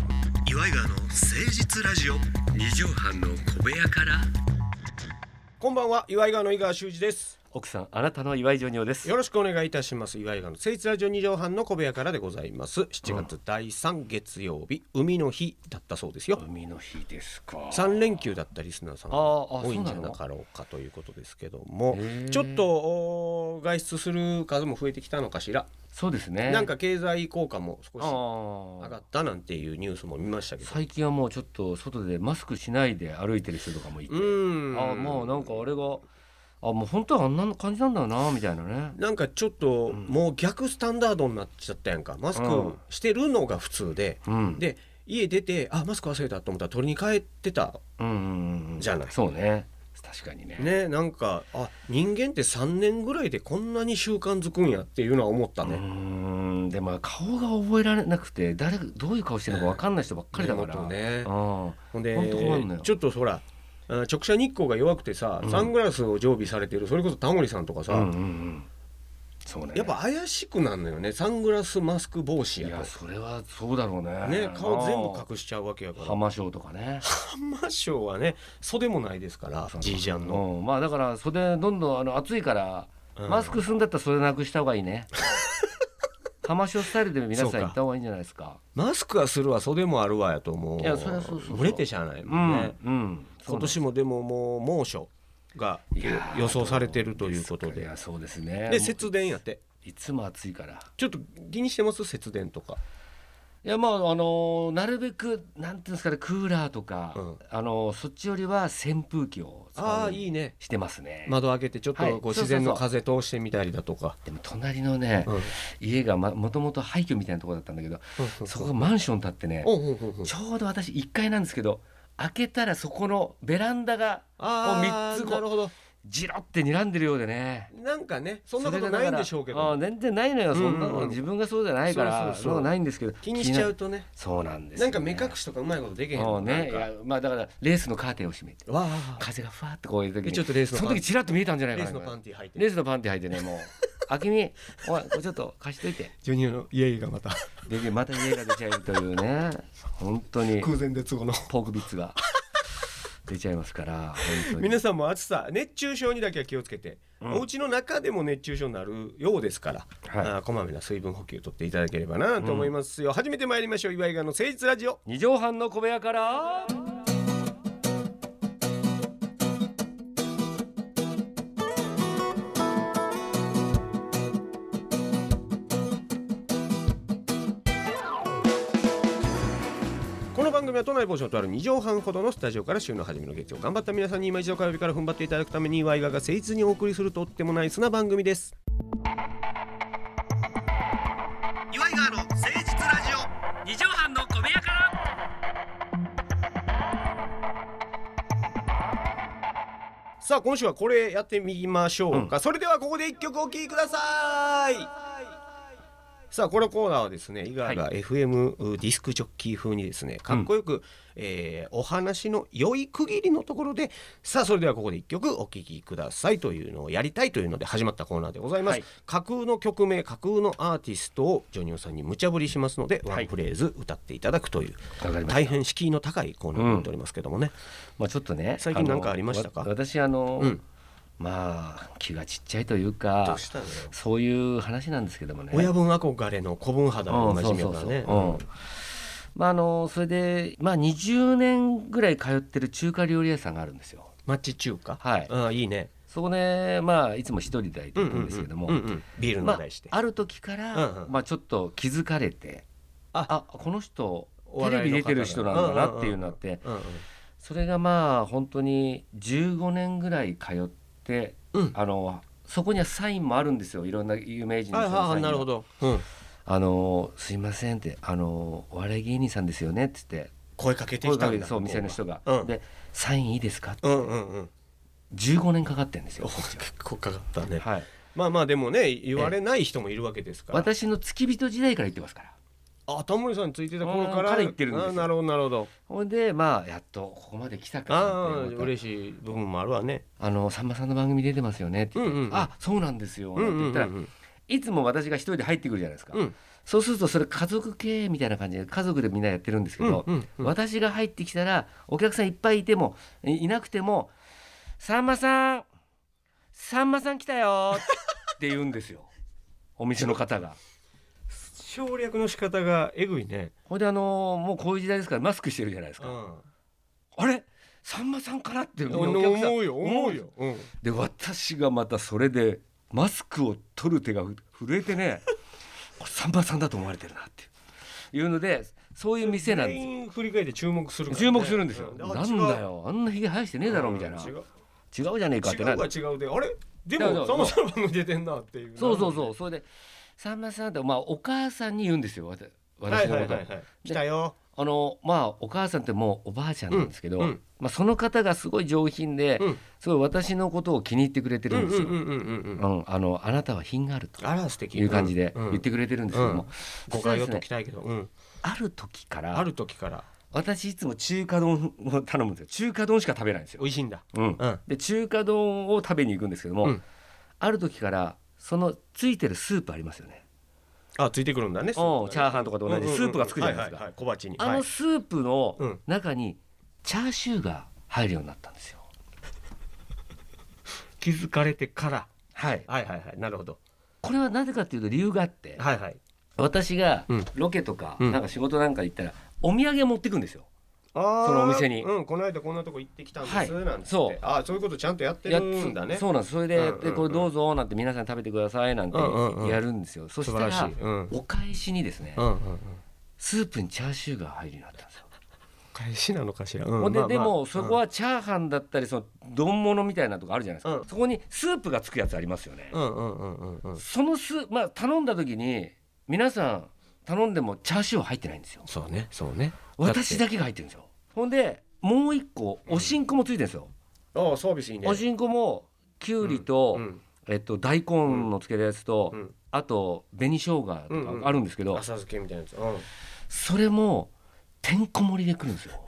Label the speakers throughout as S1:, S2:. S1: イガーの誠実ラジオ
S2: 二畳半の小部屋から
S1: こんばんは岩井川の井川修司です
S2: 奥さんあなたの岩井ジョニオです
S1: よろしくお願いいたします岩井川の誠実ラジオ二畳半の小部屋からでございます7月第3月曜日、海の日だったそうですよ
S2: 海の日ですか
S1: 三連休だったリスナーさんが
S2: あーあ
S1: 多いんじゃ
S2: そうな
S1: な
S2: の
S1: かろうかということですけども
S2: へー
S1: ちょっとおー外出する数も増えてきたのかしら、
S2: そうですね
S1: なんか経済効果も少
S2: あ
S1: し上
S2: ー
S1: がったなんていうニュースも見ましたけど
S2: 最近はもうちょっと外でマスクしないで歩いてる人とかもいて
S1: うーん
S2: あもうなんかあれがあもう本当はあんな感じなんだよなみたいなね
S1: なんかちょっともう逆スタンダードになっちゃったやんかマス
S2: うん
S1: クしてるのが普通で、
S2: うん
S1: で家出てあマスク忘れたと思ったら取りに帰ってた
S2: うんうんうん
S1: じゃない
S2: そうね確かにね
S1: ねなんかあ人間って3年ぐらいでこんなに習慣づくんやっていうのは思った
S2: うー
S1: ね。
S2: んでも顔が覚えられなくて誰がどういう顔してるのか分かんない人ばっかりだから、
S1: 根元ね
S2: うん
S1: ほんで
S2: ほんと困るのよ
S1: ちょっとほらあ直射日光が弱くてさ
S2: うん
S1: サングラスを常備されてるそれこそタモリさんとかさ、
S2: うんうんうんそうね
S1: やっぱ怪しくなるのよねサングラスマスク帽子
S2: い
S1: や
S2: やそれはそうだろう
S1: と。
S2: ね
S1: ね、顔全部隠しちゃうわけやから
S2: 浜省とかね
S1: 浜ョはね袖もないですからじいちゃんの
S2: うんまあだから袖どんどんあの暑いから、
S1: うん
S2: マスクするんだったら袖なくした方がいい ね浜省スタイルで皆
S1: そうか
S2: さん行った方がいいんじゃないですか
S1: マスクはするわ袖もあるわやと思う
S2: いやそりゃそうそうそう
S1: ブレてしゃあない
S2: う
S1: も
S2: んん、
S1: ね、
S2: うん
S1: 今年もでももう猛暑が
S2: いやー
S1: 予想されてるということ
S2: い
S1: で
S2: やそうですね
S1: で節電やって
S2: いつも暑いから
S1: ちょっと気にしてます節電とか
S2: いやまああのなるべくなんていうんですかねクーラーとか、
S1: うん
S2: あのそっちよりは扇風機を使う
S1: ああ
S2: よう
S1: い
S2: に
S1: いね
S2: してますね、
S1: 窓開けてちょっ
S2: は
S1: と
S2: い
S1: こう
S2: そうそうそう
S1: 自然の風通してみたりだとか、
S2: でも隣のね、
S1: うん
S2: 家がまもともと廃墟みたいなところだったんだけど、そこがマンション建ってね、
S1: うんうんうんうん
S2: ちょうど私1階なんですけど開けたらそこのベランダが
S1: あ
S2: こう
S1: あ
S2: 三つこ
S1: なる
S2: う
S1: ほど
S2: じろって睨んでるようでね
S1: なんかねそんなことないんでしょうけ
S2: それがだからあ
S1: ど
S2: あ全然ないのよそんな
S1: うんうんう
S2: の
S1: ん
S2: 自分がそうじゃないから
S1: そうそうそう
S2: そんなのないんですけど
S1: 気にしちゃ
S2: 気
S1: うとね
S2: そうなんです
S1: な
S2: よ
S1: ん
S2: ね
S1: か目隠しとかうまいことできへん
S2: そう
S1: の
S2: ねい
S1: なんか
S2: やまあだからレースのカーテンを閉めて
S1: わあ
S2: 風がふわっとこういう時
S1: で
S2: に
S1: ちょっとレースの
S2: その
S1: パン
S2: 時ちらっと見えたんじゃな
S1: レ
S2: いか
S1: ー
S2: な
S1: スのパ
S2: こ
S1: ンティー履いて
S2: れレースのパンティ履いてねもう 「あきみおいこれちょっと貸しといて
S1: ジュニアの家がまた」
S2: ででまた家が出ちゃうというね本当に
S1: 空前絶後の
S2: ポークビッツが出ちゃいますから本当に
S1: 皆さんも暑さ熱中症にだけは気をつけて、
S2: うん
S1: お家の中でも熱中症になるようですから、
S2: はい
S1: あーこまめな水分補給とっていただければなと思いますよ、初めて参りましょう岩井川の誠実ラジオ
S2: 二畳半の小部屋から
S1: この番組は都内某所とある2畳半ほどのスタジオから週の初めの月曜頑張った皆さんに今一度火曜日から踏ん張っていただくために岩井川が誠実にお送りするとってもナイスな番組です岩井川の誠実ラジオ
S2: 二畳半の小部屋から
S1: さあ今週はこれやってみましょうか、それではここで一曲お聴きくださいさあこのコーナーはですね井川が FM うディスクジョッキー風にですねかっこよく、えーお話の良い区切りのところでさあそれではここで一曲お聴きくださいというのをやりたいというので始まったコーナーでございま
S2: は
S1: す、
S2: い
S1: 架空の曲名架空のアーティストをジョニオさんに無茶ぶりしますので、
S2: はい
S1: ワンフレーズ歌っていただくという
S2: わかりました
S1: 大変敷居の高いコーナーになっておりますけどもね、
S2: まあちょっとね
S1: 最近
S2: の
S1: なんかありましたか
S2: わ私あの、
S1: うん
S2: まあ気がちっちゃいというか
S1: たのよ
S2: そういう話なんですけどもね
S1: 親分憧れの子分肌のおなじみだからね
S2: うんそうそうそううんまああのそれでまあ20年ぐらい通ってる中華料理屋さんがあるんですよ
S1: 町中華
S2: はい
S1: ああいいね
S2: そこねまあいつも一人で行くんですけども、
S1: うんうんうんビール
S2: まあ
S1: の題して、、
S2: ある時から、
S1: うんうん
S2: まあ、ちょっと気づかれて
S1: あ
S2: あこの人
S1: お
S2: テレ
S1: 笑い
S2: ビ出
S1: の方だ
S2: てる人なんだなっていうのあって、
S1: うんうん
S2: それがまあ本当に15年ぐらい通って、
S1: うん
S2: あのそこにはサインもあるんですよいろんな有名人の
S1: はい
S2: 人のサインが
S1: はいなるほど、うん、
S2: あの「すいません」って「あのお笑い芸人さんですよね」って言って
S1: 声かけて
S2: 声
S1: き
S2: か
S1: た
S2: け
S1: ん
S2: て
S1: だ
S2: そう店の人が、
S1: うん
S2: で「サインいいですか?」って
S1: うんうんうん
S2: 15年かかってんです
S1: お
S2: よ。
S1: 結構かかったね
S2: はい、
S1: まあまあでもね言われない人もいるわけですから
S2: 私の付き人時代から言ってますから
S1: あタモリさんについてた頃
S2: う
S1: から
S2: んから言ってるんですよ
S1: あなるほどなるほど
S2: ほんでまあやっとここまで来たかなって
S1: ああ
S2: 思ったら
S1: 嬉しい部分もあるわね
S2: あのさんまさんの番組出てますよねって言って、
S1: うんうんうん
S2: あそうなんですよ、
S1: うんうんうん
S2: って言ったら、いつも私が一人で入ってくるじゃないですか、
S1: うん
S2: そうするとそれ家族経営みたいな感じで家族でみんなやってるんですけど、
S1: うんうんうん
S2: 私が入ってきたらお客さんいっぱいいてもいいなくても「さんまさんさんまさん来たよ」って言うんですよ お店の方が。
S1: 省略の仕方がえぐいね。
S2: ほいであのーもうこういう時代ですからマスクしてるじゃないです
S1: う
S2: か、
S1: ん。
S2: あれさんまさんかなってみんなお客さん
S1: 思うよ思うよ。うん。
S2: で私がまたそれでマスクを取る手がふ震えてね これさんまさんだと思われてるなっていうのでそういう店なんですよ
S1: 全員振り返って注目するからね。
S2: 注目するんですよ、
S1: う
S2: なんだ。よあんなひげ生やしてねえだろみたいな、
S1: あ違
S2: 違う
S1: う
S2: じゃねえかって
S1: 違
S2: な
S1: うは違うで、あれで
S2: だから
S1: も、さんまさんの番組出てんなっていう。
S2: そうそうそうそれでさんまさんって、まあ、お母さんに言うんですよわた
S1: は
S2: 私
S1: い
S2: の
S1: は
S2: こ
S1: い
S2: と、
S1: はいはい。来たよ。
S2: あのまあお母さんってもうおばあちゃんなんですけど、
S1: うんうん
S2: まあ、その方がすごい上品で、
S1: うん
S2: すごい私のことを気に入ってくれてるんですよ、
S1: うんうんうんうんうん。
S2: うんあのあなたは品があると
S1: あら素敵。
S2: いう感じで
S1: うんうん
S2: 言ってくれてるんですけども、
S1: うん
S2: 実
S1: 誤
S2: は
S1: 解
S2: で
S1: を
S2: す
S1: 解
S2: ね
S1: きたいけど、うん、
S2: ある時か
S1: あ
S2: ら
S1: る時から
S2: 私いつも中華丼を頼むんですよ中華丼しか食べないんですよ、
S1: 美味しいんだ。
S2: うん
S1: うん。
S2: で中華丼を食べに行くんですけども、
S1: うん
S2: ある時からそのついてるスープありますよね
S1: あ、ついてくるんだね。ス
S2: お
S1: ー
S2: う
S1: プ
S2: チャーハンとかと同じスープがつくじゃないです
S1: うんうんうんはいはい
S2: か
S1: はい小鉢に。
S2: あ
S1: は
S2: の
S1: い
S2: スープの
S1: うん
S2: 中にチャーシューが入るようになったんですよ
S1: 気づかれてから。
S2: はい
S1: はいはいはい。なるほど。
S2: これはなぜかっていうと理由があって
S1: はいはい。
S2: 私が
S1: うん
S2: ロケとか
S1: うん
S2: なんか仕事なんか行ったらお土産持ってくんですよ
S1: その
S2: のお店に
S1: うん、この間こんなとこ行ってきたんです、
S2: はい
S1: なんつっ
S2: そう
S1: てあそういうことちゃんとやって
S2: や
S1: る
S2: っ
S1: んだね
S2: そうなんですそれで,、
S1: うんうんうん
S2: でこれどうぞなんて皆さん食べてくださいなんて
S1: うんうんうん
S2: やるんですよ、そしたら
S1: 素晴らしいうん
S2: お返しにですね、
S1: うんうんうん
S2: スープにチャーシューが入るようになったんですよ、
S1: 返しなのかしら、うん
S2: ほんで、
S1: まあま
S2: で
S1: あ
S2: もそこはチャーハンだったりその丼物みたいなとこあるじゃないですか、
S1: うん
S2: そこにスープがつくやつありますよね、
S1: うんうんうんうんうん
S2: そのスまあ頼んだ時に皆さん頼んでもチャーシューは入ってないんですよ
S1: そうねそうね
S2: 私だけが入ってるんですよほんでもう一個おしんこもついてるんですよ、
S1: ああサービスいいね
S2: おしんこもきゅうりと、
S1: うん
S2: えっと、大根のつけたやつと、
S1: うん
S2: あと紅生姜とか
S1: うんうん
S2: あるんですけど、
S1: 浅漬けみたいなやつ、う
S2: それもてんこ盛りで来るんですよ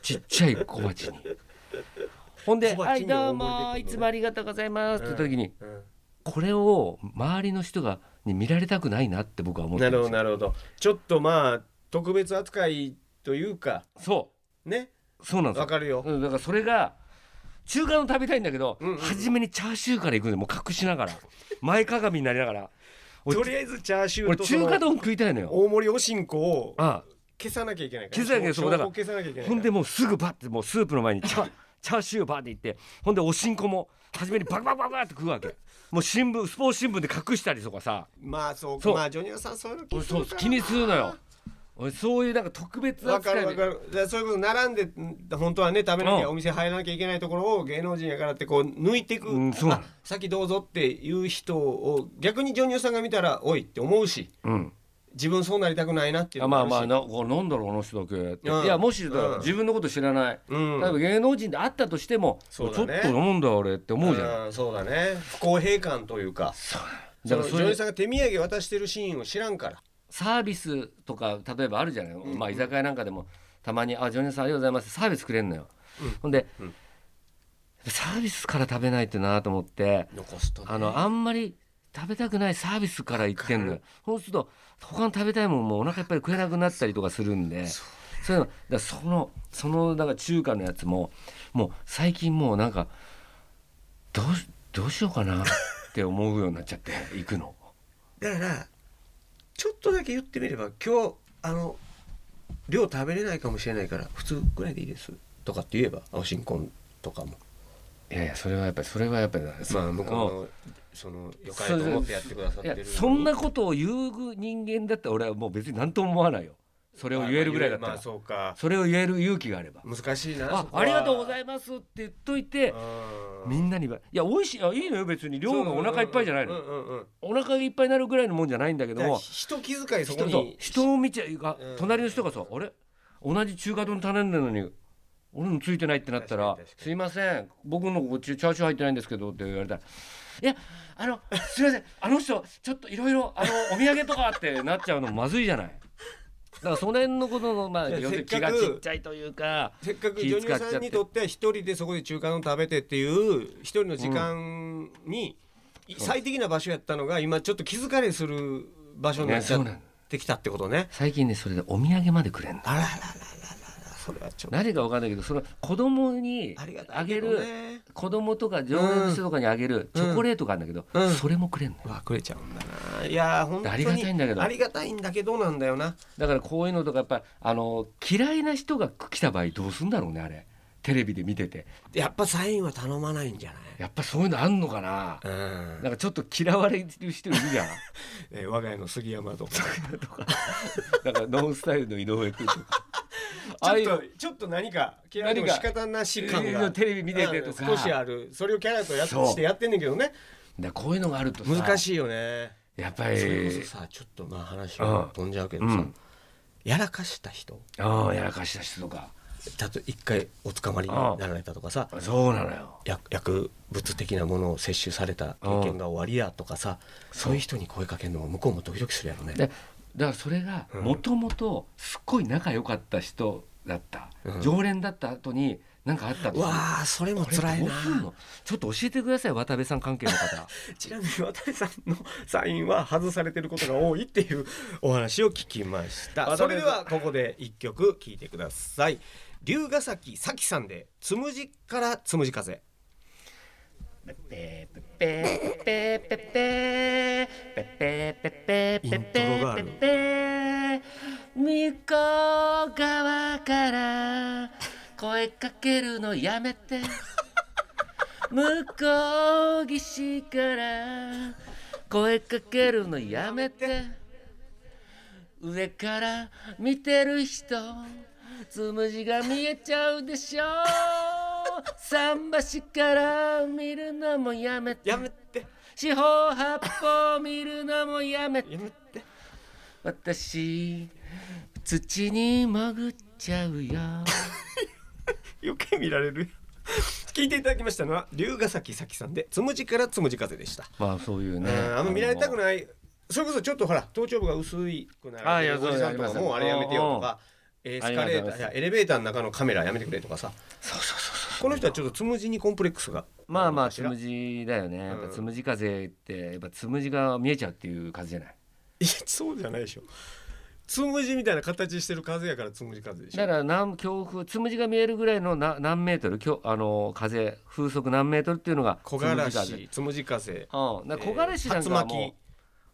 S2: ちっちゃい小鉢 にほんで「
S1: 小
S2: は
S1: 鉢
S2: い
S1: に
S2: どう
S1: 大盛
S2: も
S1: りで来るのね
S2: いつもありがとうございます」って言った時に、
S1: ん
S2: これを周りの人がに見られたくないなって僕は思って
S1: な
S2: るんで
S1: るほ
S2: す
S1: ど
S2: よ
S1: なるほどちょっとまあ特別扱いというか
S2: そ
S1: ね
S2: うそうなんです
S1: わ
S2: よ
S1: かるよ、
S2: うんだからそれが中華の食べたいんだけど、
S1: うんうん
S2: 初めにチャーシューから行くんでもう隠しながら前かがみになりなが ら俺
S1: とりあえずチャーシュー
S2: 俺
S1: と
S2: 中華
S1: その
S2: 丼食いたいのよ
S1: 大盛りおしんこを
S2: あ
S1: 消さなきゃいけないから
S2: 消さなきゃいけないそうだから
S1: 証拠消さなきゃいけない
S2: ほんで
S1: も
S2: もうすぐバッてもうスープの前にチャチャーシューバーっていってほんでおしんこも初めにバクバクバクバクって食うわけもう新聞スポーツ新聞で隠したりとかさ
S1: まあそう
S2: そう
S1: まあジョニオさんそういうの気
S2: 俺
S1: にす
S2: そう
S1: るから
S2: 気にするのよ俺そういうなんか特別
S1: わか
S2: 扱い
S1: るわかるだからそういうこと並んでん本当はね食べなき
S2: う
S1: ゃ
S2: ん
S1: お店入らなきゃいけないところを芸能人やからってこう抜いていく、
S2: うんそうなの
S1: あ先どうぞっていう人を逆にジョニオさんが見たらおいって思うし
S2: うん
S1: 自分そうなりたくないなっていう
S2: あ
S1: のも
S2: まあ
S1: るし
S2: まあなこうなんだろうあの人だけって、
S1: うん
S2: いやもしだから
S1: うん
S2: 自分のこと知らない、
S1: うん
S2: 例えば芸能人であったとしても、
S1: そう
S2: ちょ
S1: だ
S2: っと
S1: ね
S2: なんだ俺って思うじゃない、
S1: うんそうだね不公平感というか
S2: だ
S1: そ
S2: か
S1: の
S2: ら
S1: ジ
S2: そう
S1: ョ
S2: い
S1: ニ
S2: う
S1: オさんが手土産渡してるシーンを知らんから
S2: サービスとか例えばあるじゃない、まあ居酒屋なんかでもたまに「あジョニーさんありがとうございます」サービスくれるのよ、ほんで、
S1: うん
S2: サービスから食べないとなと思って
S1: 残すと、ね、
S2: あのあんまり食べたくないサービスから行ってんのよそうすると他の食べたいもんもうお腹いっぱい食えなくなったりとかするんでそういうのだからそのそのなんか中華のやつももう最近もうなんかどうしどうしようかなって思うようになっちゃって行くの。
S1: だからちょっとだけ言ってみれば今日あの量食べれないかもしれないから普通ぐらいでいいですとかって言えばお新婚とかも
S2: いやいやそれはやっぱりそれはやっぱり
S1: まあ向こう
S2: うん
S1: のそのよかれと思ってやってくださっ
S2: い
S1: てる
S2: や
S1: のに
S2: そんなことを言う人間だったら俺はもう別に何とも思わないよそれを言えるぐらいだった
S1: まあ
S2: ら
S1: そうか
S2: それを言える勇気があれば
S1: 難しいな
S2: あありがとうござ
S1: い
S2: いますって言っといて
S1: ま
S2: みんなにはいや美味しいあいいのよ別に量がお腹いっぱいじゃない
S1: うん
S2: の
S1: うんうん
S2: お腹いっぱいになるぐらいのもんじゃないんだけど
S1: だから
S2: も
S1: 人気遣いそこ
S2: 人そう
S1: に
S2: 人を見ちゃうが
S1: うん
S2: 隣の人がさあれ同じ中華丼頼んでるのに俺のついてないってなったら
S1: 確か
S2: 「
S1: に確かに
S2: すいません僕のこっちチャーシュー入ってないんですけど」って言われたら「いやあのすいませんあの人ちょっといろいろあのお土産とか」ってなっちゃうのまずいじゃない。だからその辺のことのまあ
S1: いや
S2: 要するに
S1: せ
S2: 気
S1: っか
S2: が
S1: く
S2: ちっちゃいというか
S1: せっかく
S2: 気
S1: ジ
S2: 遣っちゃっ
S1: ョニオ
S2: て
S1: さんにとっては一人でそこで中華丼食べてっていう一人の時間に最適な場所やったのが今ちょっと気づかれする場所になっちゃってきたってことね。
S2: 最近ねそれでお土産までくれんの
S1: あららららららそれはちょっと
S2: 何かわかんないけどその子供に
S1: ありがた
S2: あ
S1: い
S2: げ
S1: けど
S2: る
S1: ね。
S2: 子供とか常連の人とかにあげるチョコレートがあるんだけど、
S1: うん
S2: それもくれんのよ
S1: うわくれちゃうんだな。いやー本当に
S2: ありがたいんだけど
S1: ありがたいんだけどなんだよな。
S2: だからこういうのとかやっぱあの嫌いな人が来た場合どうすんだろうねあれテレビで見てて
S1: やっぱサインは頼まないんじゃない。
S2: やっぱそういうのあんのかな
S1: うん
S2: なんかちょっと嫌われてる人いるじゃん
S1: えー我が家の杉山とか。
S2: とかなんかノンスタイルの井上君とか
S1: ち
S2: ああい
S1: ょっ
S2: う
S1: とちょっと何か嫌いでも仕方なし感
S2: 何か
S1: が
S2: テレビ見ててとか
S1: うん少しあるそれをキャラとやっ
S2: そう
S1: してやってんねんけどね
S2: だからこういうのがあるとさ
S1: 難
S2: い
S1: しいよね、
S2: やっぱり
S1: それこそさちょっとまあ話が飛んじゃうけどさ、
S2: うん
S1: やらかした人
S2: ああやらかした人とか
S1: だと一回お捕まりになられたとかさ
S2: そうなのよ
S1: 薬薬物的なものを摂取された経験が終わりやとかさそういう人に声かけるのも向こうもドキドキするやろね
S2: でだからそれが
S1: うん
S2: もともとすっごい仲良かった人だった、
S1: うん
S2: 常連だった後に何かあったと
S1: うわーそれも
S2: これ
S1: 辛い
S2: ど
S1: な
S2: うすんのちょっと教えてください渡辺さん関係の方
S1: ちなみに渡辺さんのサインは外されてることが多いっていうお話を聞きましたそれではここで一曲聴いてください龍ヶ崎咲さんでつむじからつむじ風
S3: ペペペペペペペペペペペペペペ向こう側から声かけるのやめて向こう岸から声かけるのやめて上から見てる人つむじが見えちゃうでしょ桟橋から見るのもやめて
S1: やめて
S3: 四方八方見るのもやめて
S1: やめて
S3: 私土に潜っちゃうよ
S1: 余計見られる聞いていただきましたのは龍ヶ崎咲さんでつむじからつむじ風でした、
S2: まあそういうね
S1: うんあんま見られたくないそれこそちょっとほら頭頂部が薄いくな
S2: あい
S1: る
S2: や
S1: おじさんとか
S2: そう
S1: もうあれやめてよとかエスカレ
S2: ありがとうご
S1: ータ
S2: ざ
S1: ー
S2: い
S1: い
S2: ま
S1: やエレベーターの中のカメラやめてくれとかさ
S2: そうそうそうそう
S1: この人はちょっとつむじにコンプレックスが
S2: まあまあ
S1: 知
S2: つ
S1: らん
S2: むじだよねやっぱつむじ風ってやっぱつむじが見えちゃうっていう風じゃない
S1: いやそうじゃないでしょつむじみたいな形してる風やからつむじ風でしょ
S2: だから南強風つむじが見えるぐらいのな何メートルきょあの風風速何メートルっていうのが
S1: 木枯ら
S2: つむじ風
S1: しつむじ風
S2: うん、だから木枯らしなんかはもう、うん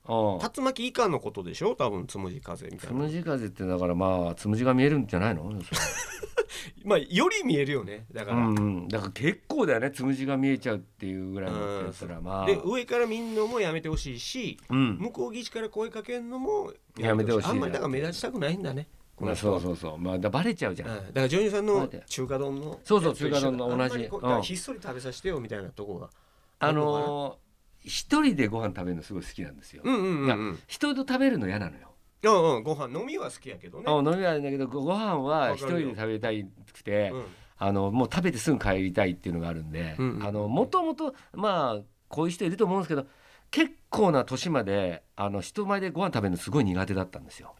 S1: えー、竜巻竜巻以下のことでしょ多分つむじ風みた
S2: つ
S1: いな
S2: むじ風ってだからまあつむじが見えるんじゃないの、
S1: まあより見えるよねだか
S2: う
S1: ら、
S2: んうん、だから結構だよねつむじが見えちゃうっていうぐらいのってやつらまあ
S1: で上から見んのもやめてほしいし
S2: うん、
S1: 向こう岸から声かけんのも
S2: やめてほしい
S1: あんまりだから目立ちたくないんだねこ
S2: ま
S1: の
S2: あ、そ
S1: 人
S2: う
S1: は
S2: そうそうまあだバレちゃうじゃん、
S1: うんだからジョニーさん
S2: そ
S1: の
S2: うだよ
S1: 中華丼の
S2: そうそう
S1: やつと
S2: 中
S1: 一緒
S2: 華丼の同じ
S1: あんまりこう
S2: うん
S1: だからひっそり食べさせてよみたいなとこが
S2: あのー一人でご飯食べるのすごい好きなんですよ、
S1: うんうんうんうん
S2: 一人と食べるの嫌なのよ、
S1: うんうんご飯飲みは好きやけどね
S2: あ飲みはあるんだけどごご飯は
S1: わ
S2: 一
S1: かるよ
S2: 人で食べたいくて、
S1: うん
S2: あのもう食べてすぐ帰りたいっていうのがあるんで、
S1: うんうん
S2: あのもともとまあこういう人いると思うんですけど結構な年まであの人前でご飯食べるのすごい苦手だったんですよ。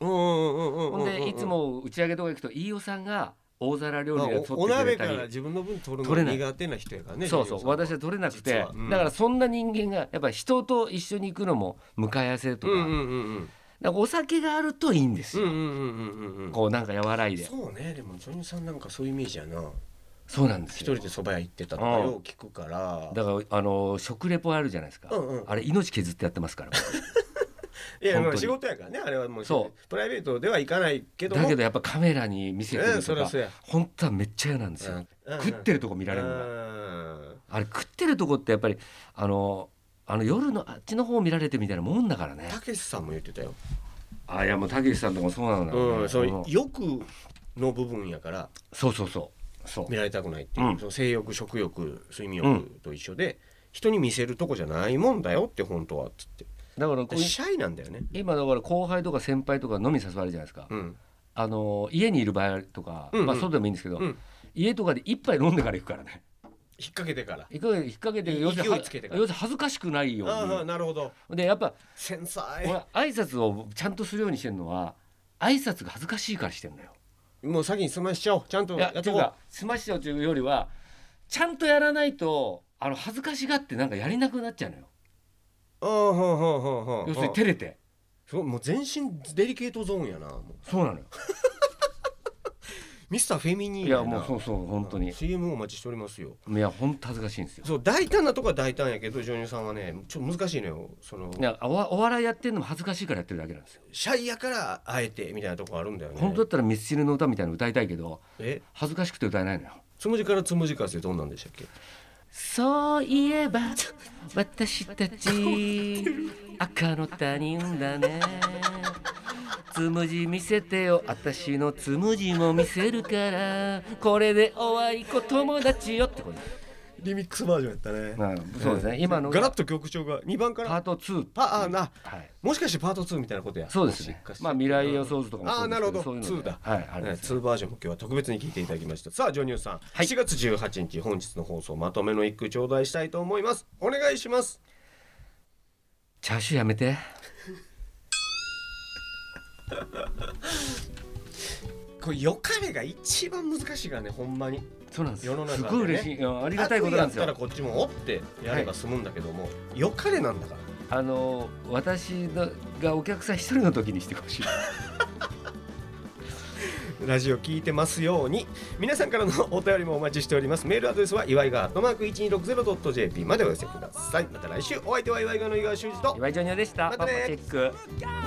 S1: うんうんうんうんうんうん
S2: ほんでいつも打ち上げとか行くと飯尾さんが大皿料理を取って
S1: おお
S2: くれ
S1: 鍋
S2: た
S1: から
S2: り。
S1: 自分の分取
S2: 取
S1: る
S2: れ
S1: の
S2: ない
S1: 苦手な人やからね
S2: そうそう
S1: ジョニー
S2: 私
S1: さん
S2: は取れなく
S1: 実
S2: て
S1: はうん
S2: だからそんな人間がやっぱ人と一緒に行くのも向かい合わせるとか,、
S1: うんうんうんうん
S2: なんかお酒があるといいんです
S1: うん
S2: よ、
S1: うんうんうんうん
S2: こうなんか和らいでそ
S1: そうねでもジョニーさんなんかそういうイメージやな
S2: うなんです
S1: 一
S2: よ
S1: 人で蕎麦屋行ってたとかよう聞くから
S2: だからあの食レポあるじゃないですか、
S1: うんうん
S2: あれ命削ってやってますから
S1: いや
S2: 本当
S1: まあ
S2: に
S1: 仕事やからねあれはもう
S2: そ
S1: プライベートでは行かない けども
S2: だけどやっぱカメラに見せて
S1: う
S2: る
S1: んそ
S2: と
S1: りゃ
S2: か
S1: そうや
S2: 本当はめっちゃ嫌なんですよ食ってるとこ見
S1: 見
S2: られるのが
S1: が
S2: あれ食ってるとこってやっぱりあのあの夜のあっちの方見られてみたいなもんだからね
S1: たけしさんも言ってたよ
S2: あいやもうたけしさんとかもそうなんだろね
S1: うんそ
S2: こ
S1: う
S2: の
S1: 欲の部分やから
S2: そうそうそうそう
S1: 見られたくないっていう、
S2: うん
S1: その性欲食欲睡眠
S2: うん
S1: 欲と一緒で、人に見せるとこじゃないもんだよって本当はっつって
S2: だからこう
S1: でシャイなんだよね
S2: 今だから後輩とか先輩とか飲み誘われるじゃないですか、
S1: うん
S2: あの家にいる場合とか、
S1: うんうん
S2: まあ外でもいいんですけど、
S1: うん
S2: 家とかで一杯飲んでから行くからね
S1: 引っ掛けてから
S2: 行く引っ掛けて要するに
S1: 勢
S2: はい
S1: つけてから
S2: 要するに恥ずかしくないよ
S1: ああ
S2: う
S1: なるほど
S2: にでやっぱ
S1: 繊
S2: 俺
S1: 細
S2: 挨拶をちゃんとするようにしてるのは挨拶が恥ずかしいからしてるのよ。
S1: もう先に済ましちゃおうちゃんと
S2: い
S1: や
S2: や
S1: っ
S2: と
S1: と
S2: いう
S1: こう
S2: か済ましちゃうというよりはちゃんとやらないとあの恥ずかしがってなんかやりなくなっちゃうのよ
S1: ああはあはあはあはあ
S2: 要するに照れて
S1: そうもう全身デリケートゾーンやなもう
S2: そうなのよ
S1: ミスターフェミニーン
S2: い
S1: や
S2: や
S1: な
S2: もうそうそう本当に
S1: CM お待ちしておりますよ
S2: いやほんと恥ずかしいんですよ
S1: そう大胆なとこは大胆やけどジョニーさんはねちょっと難しいのよその
S2: いやおお笑いやってんのも恥ずかしいからやってるだけなんですよ
S1: シャイやからあえてみたいなとこあるんだよね
S2: 本当だったらミスチルの歌みたいなの歌いたいけど
S1: え
S2: 恥ずかしくて歌えないのよ
S1: つむじからつむじからってどんなんでしたっけ
S3: そういえば私たち赤の他人だね
S2: つむじ見せてよ私のつむじも見せるからこれで終わり子友達よってことです
S1: リミックスバージョンやったね
S2: まあそうですね今の
S1: ガラ
S2: が
S1: ッと曲調が2番か
S2: パー
S1: ら
S2: ト2
S1: パあな
S2: はい
S1: もしかしてパート2みたいなことや
S2: そうですね
S1: もしかして
S2: まあ未来予想図とかも
S1: あ
S2: そ
S1: あ
S2: うで
S1: な
S2: す
S1: る
S2: けど
S1: ほど
S2: そういう
S1: 2
S2: ので
S1: だ
S2: はいあれです
S1: 2バージョンも今日は特別に聞いていただきましたさあジョニオさん7月18日本日の放送まとめの一句頂戴したいと思いますお願いします
S2: チャーシューやめて
S1: これよかれが一番難しいからねほんまに
S2: そうなんです
S1: 世の中ですね
S2: ごい嬉しいうんあ
S1: あ
S2: りがたいことなんです
S1: や
S2: よ
S1: ったらこっちもおってやれば済むんだけども、よかれなんだから
S2: あの私のがお客さん一人の時にしてほしい
S1: ラジオ聞いてますように皆さんからのお便りもお待ちしておりますメールアドレスは祝いがマーク 1260.jp までお寄せくださいまた来週お相手は祝いがの井川修司と
S2: 岩井ジョニオでした
S1: ま
S2: パパ
S1: たね
S2: チェック
S1: キャー